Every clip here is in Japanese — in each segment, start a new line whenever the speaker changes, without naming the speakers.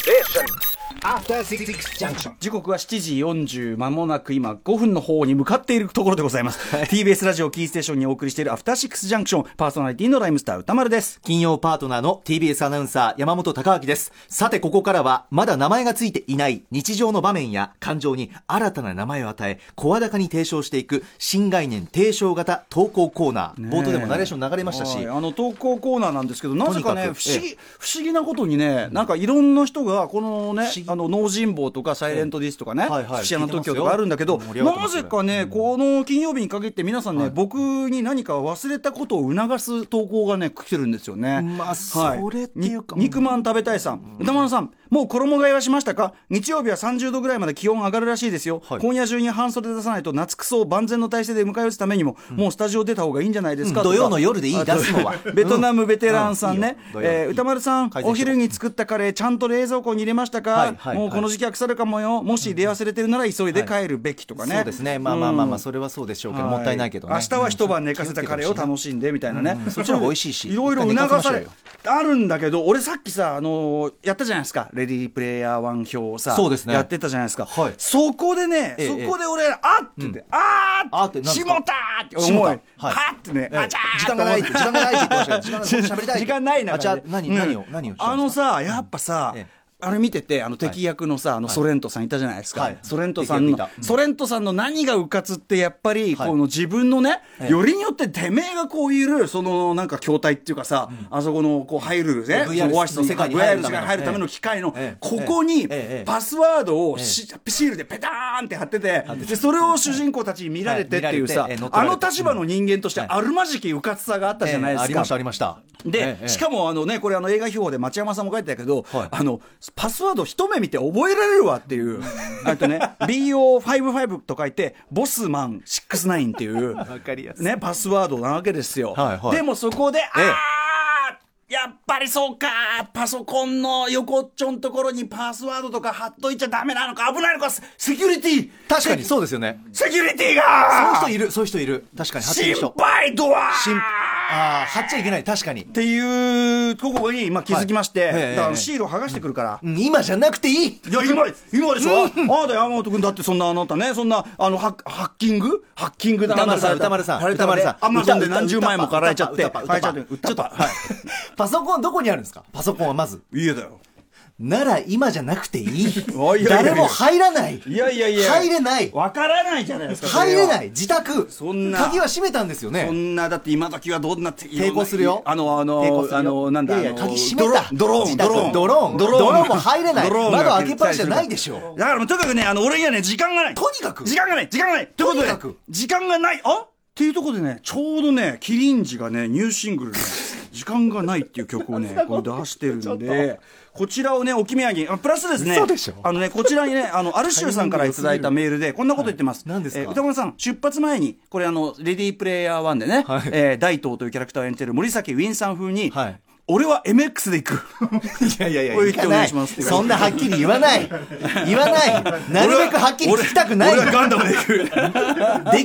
junction. After six junction.
時刻は7時40、まもなく今5分の方に向かっているところでございます。TBS ラジオキーステーションにお送りしているアフターシックスジャンクション、パーソナリティのライムスター歌丸です。
金曜パートナーの TBS アナウンサー山本貴明ですさてここからはまだ名前がついていない日常の場面や感情に新たな名前を与え声高に提唱していく新概念提唱型投稿コーナー、
ねえ
冒頭でもナレーション流れましたし
はいあの投稿コーナーなんですけど、なぜかね、
とにかく
不思
え
議、不思議なことにね、なんかいろんな人が、このね
不思議、
あの脳人坊とか、サイレントディスとかね、
ええはいはい
節穴東京とかあるんだけど、
聞いてますよ盛り上がって
な
ます
ぜ
よ
かね、この金曜日に限って、皆さんね、僕に何か忘れたことを促す投稿がね、来てるんですよね。
まあ
はい
それっていうか
に肉まん食べたいさん、歌丸さん、もう衣替えはしましたか、日曜日は30度ぐらいまで気温上がるらしいですよ、
はい
今夜中に半袖出さないと、夏クソを万全の体制で迎え撃つためにも、もうスタジオ出た方がいいんじゃないですか、
うん
とか
土曜の夜でいい
あと
出すのは
ベトナムベテランさんね、
うんうんいいよ
えー歌丸さん
改、善し
お
ろ
昼に作ったカレー、ちゃんと冷蔵庫に入れましたか、
はいはい
もうこの時期は腐るかもよ、もし出忘れてるなら急いで
は
帰るべきとかね、
そうですねまあまあまあまあ、
うん
それはそうでしょうけどもったいないけどね
明日は一晩寝かせたカレーを楽しんでみたいなね、
うんそっちの方が美味しいし
いろいろ
一回寝
促
かせまし
さ
ょう
れ
よ
あるんだけど俺さっきさ、あのーやったじゃないですかレディープレイヤー1表をさ
そうですね
やってたじゃないですか、
はい
そこでね、
ええ
そこで俺あっって言って、あ
あ
ー
ー
っ
ってて
って
何です
し
か
もたーって思い
しもたはい
はっってね、
ええ
あちゃー
時間がないって時間がないって言ってましたよ時間が喋りたい
時間ないな
あじゃあ何何を何をした
あ
んで
の
すか
さやっぱさ、
うんええ
あれ見ててあの敵役のさ、あのソレントさんいたじゃないですか、
はい
ソレントさんの
敵役いたうん
ソレントさんの何がうかつってやっぱり、
はい
この自分のね、
ええ
よりによっててめえがこういるそのなんか筐体っていうかさ、あそこのこう入るね、
VR
そのオアシスの世界に入る
世界に
入る
入
た
るた
め
め
の
の
機械の、
ええ
ここに
ええ
パスワードをシ,、シールでペターンって貼ってて、でそれを主人公たちに見られてっていうさ、
はい見られてええ乗
あの
っ取られて
立場の人間としてあるまじきうかつさがあったじゃないで
ええあ
す
り
か、
ましたありました
で、し
も
かもあのね、これあの映画表で町山さんも書いてたけど、
はい
あの、パスワード一目見て覚えられるわって いう、あとね、BO55 と書いて、ボスマン69っていう、
かりやすい
ね、パスワードなわけですよ。
はいはい
でもそこで、あ
ええ
ーやっぱりそうかパソコンの横っちょんところにパスワードとか貼っといちゃダメなのか危ないのかセセキュリティ
確かに
セ
そうですよね
セキュリティ
そういう
が
人いるそういう人いる確かに貼ってる
心
人
配ドア
心ああ貼っちゃいけない確かに
っていうとこに今気づきまして、
はいええ
だからあのシールを剥がしてくるから。
うん今じゃなくていい
いや今今でしょ、あなた山本君だってそんなあなたねそんなあのハッハッキングハッキングだ
歌丸さん、
なんだ
歌丸さん、
された
歌丸さん。
アマゾンで
歌
何十枚も買られちゃって
歌歌歌
買えちゃって
歌ちょっと、
は
はい。パソコンどこにあるんですかパソコンはまず。
い家だよ
なら今じゃなくていい
やい。や
誰も入らない。
いやいやいや
入れない。
わからないじゃないですかそ
入
は
れない。自宅。
そんな
鍵は閉めたんですよ
そ
ね。
んなだって今時はどんなっていろんな
抵抗するよ
あのあの
抵抗するよ
あのなんだ
いやいや
あの
鍵閉めた
ドローンドローン
自宅ドローンドローンも入れない
ドローンが
窓開けっぱなしじゃないでしょ
だからもうとにかくねあの俺にはね時間がない
とにかく
時間がない時間がないということ
と
で
にかく
時間がないあっていうところでねちょうどねキリンジがねニューシング ルで、時間がないっていう曲をねこれ出してるんでこちらをねお決め上げあプラスですね
嘘でしょ
あのねこちらにねあのアルシュさんからいただいたメールでこんなこと言ってます、
はい何ですか
えー歌丸さん出発前にこれあのレディープレイヤー1でね、
はい
えー大東というキャラクターを演じてる森崎ウィンさん風に、
はい
俺は MX で行く
いやいや いや
おい
行か
お願
ないい。
します
そんなはっきり言わない。言わない。なるべくはっきり聞きたくない。
俺は
で
ガンダムで行く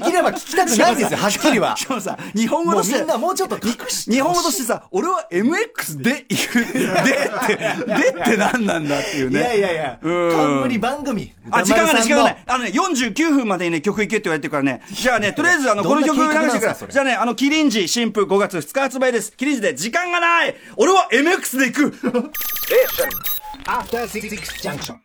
きれば聞きたくないんで すよ、はっきりは。
しかもさ日本語
も
と
う
し
み
て
んなもうちょっと隠し
日本語としてさ俺は MX で行 くでってでって何なんだっていう
い
ね
やいやいや、
うん
冠番組。
あ、時間がない、時間がない
歌丸さんの。
あのね、49分までにね、曲いけって言われてるからね。じゃあね、とりあえず、あの、こ
どん
の
な
曲流してくだ
計画なんす
さ
か
い。
それ
じゃあね、あの、キリンジ、新婦5月2日発売です。キリンジで、時間がない俺は MX で行く
After six junction.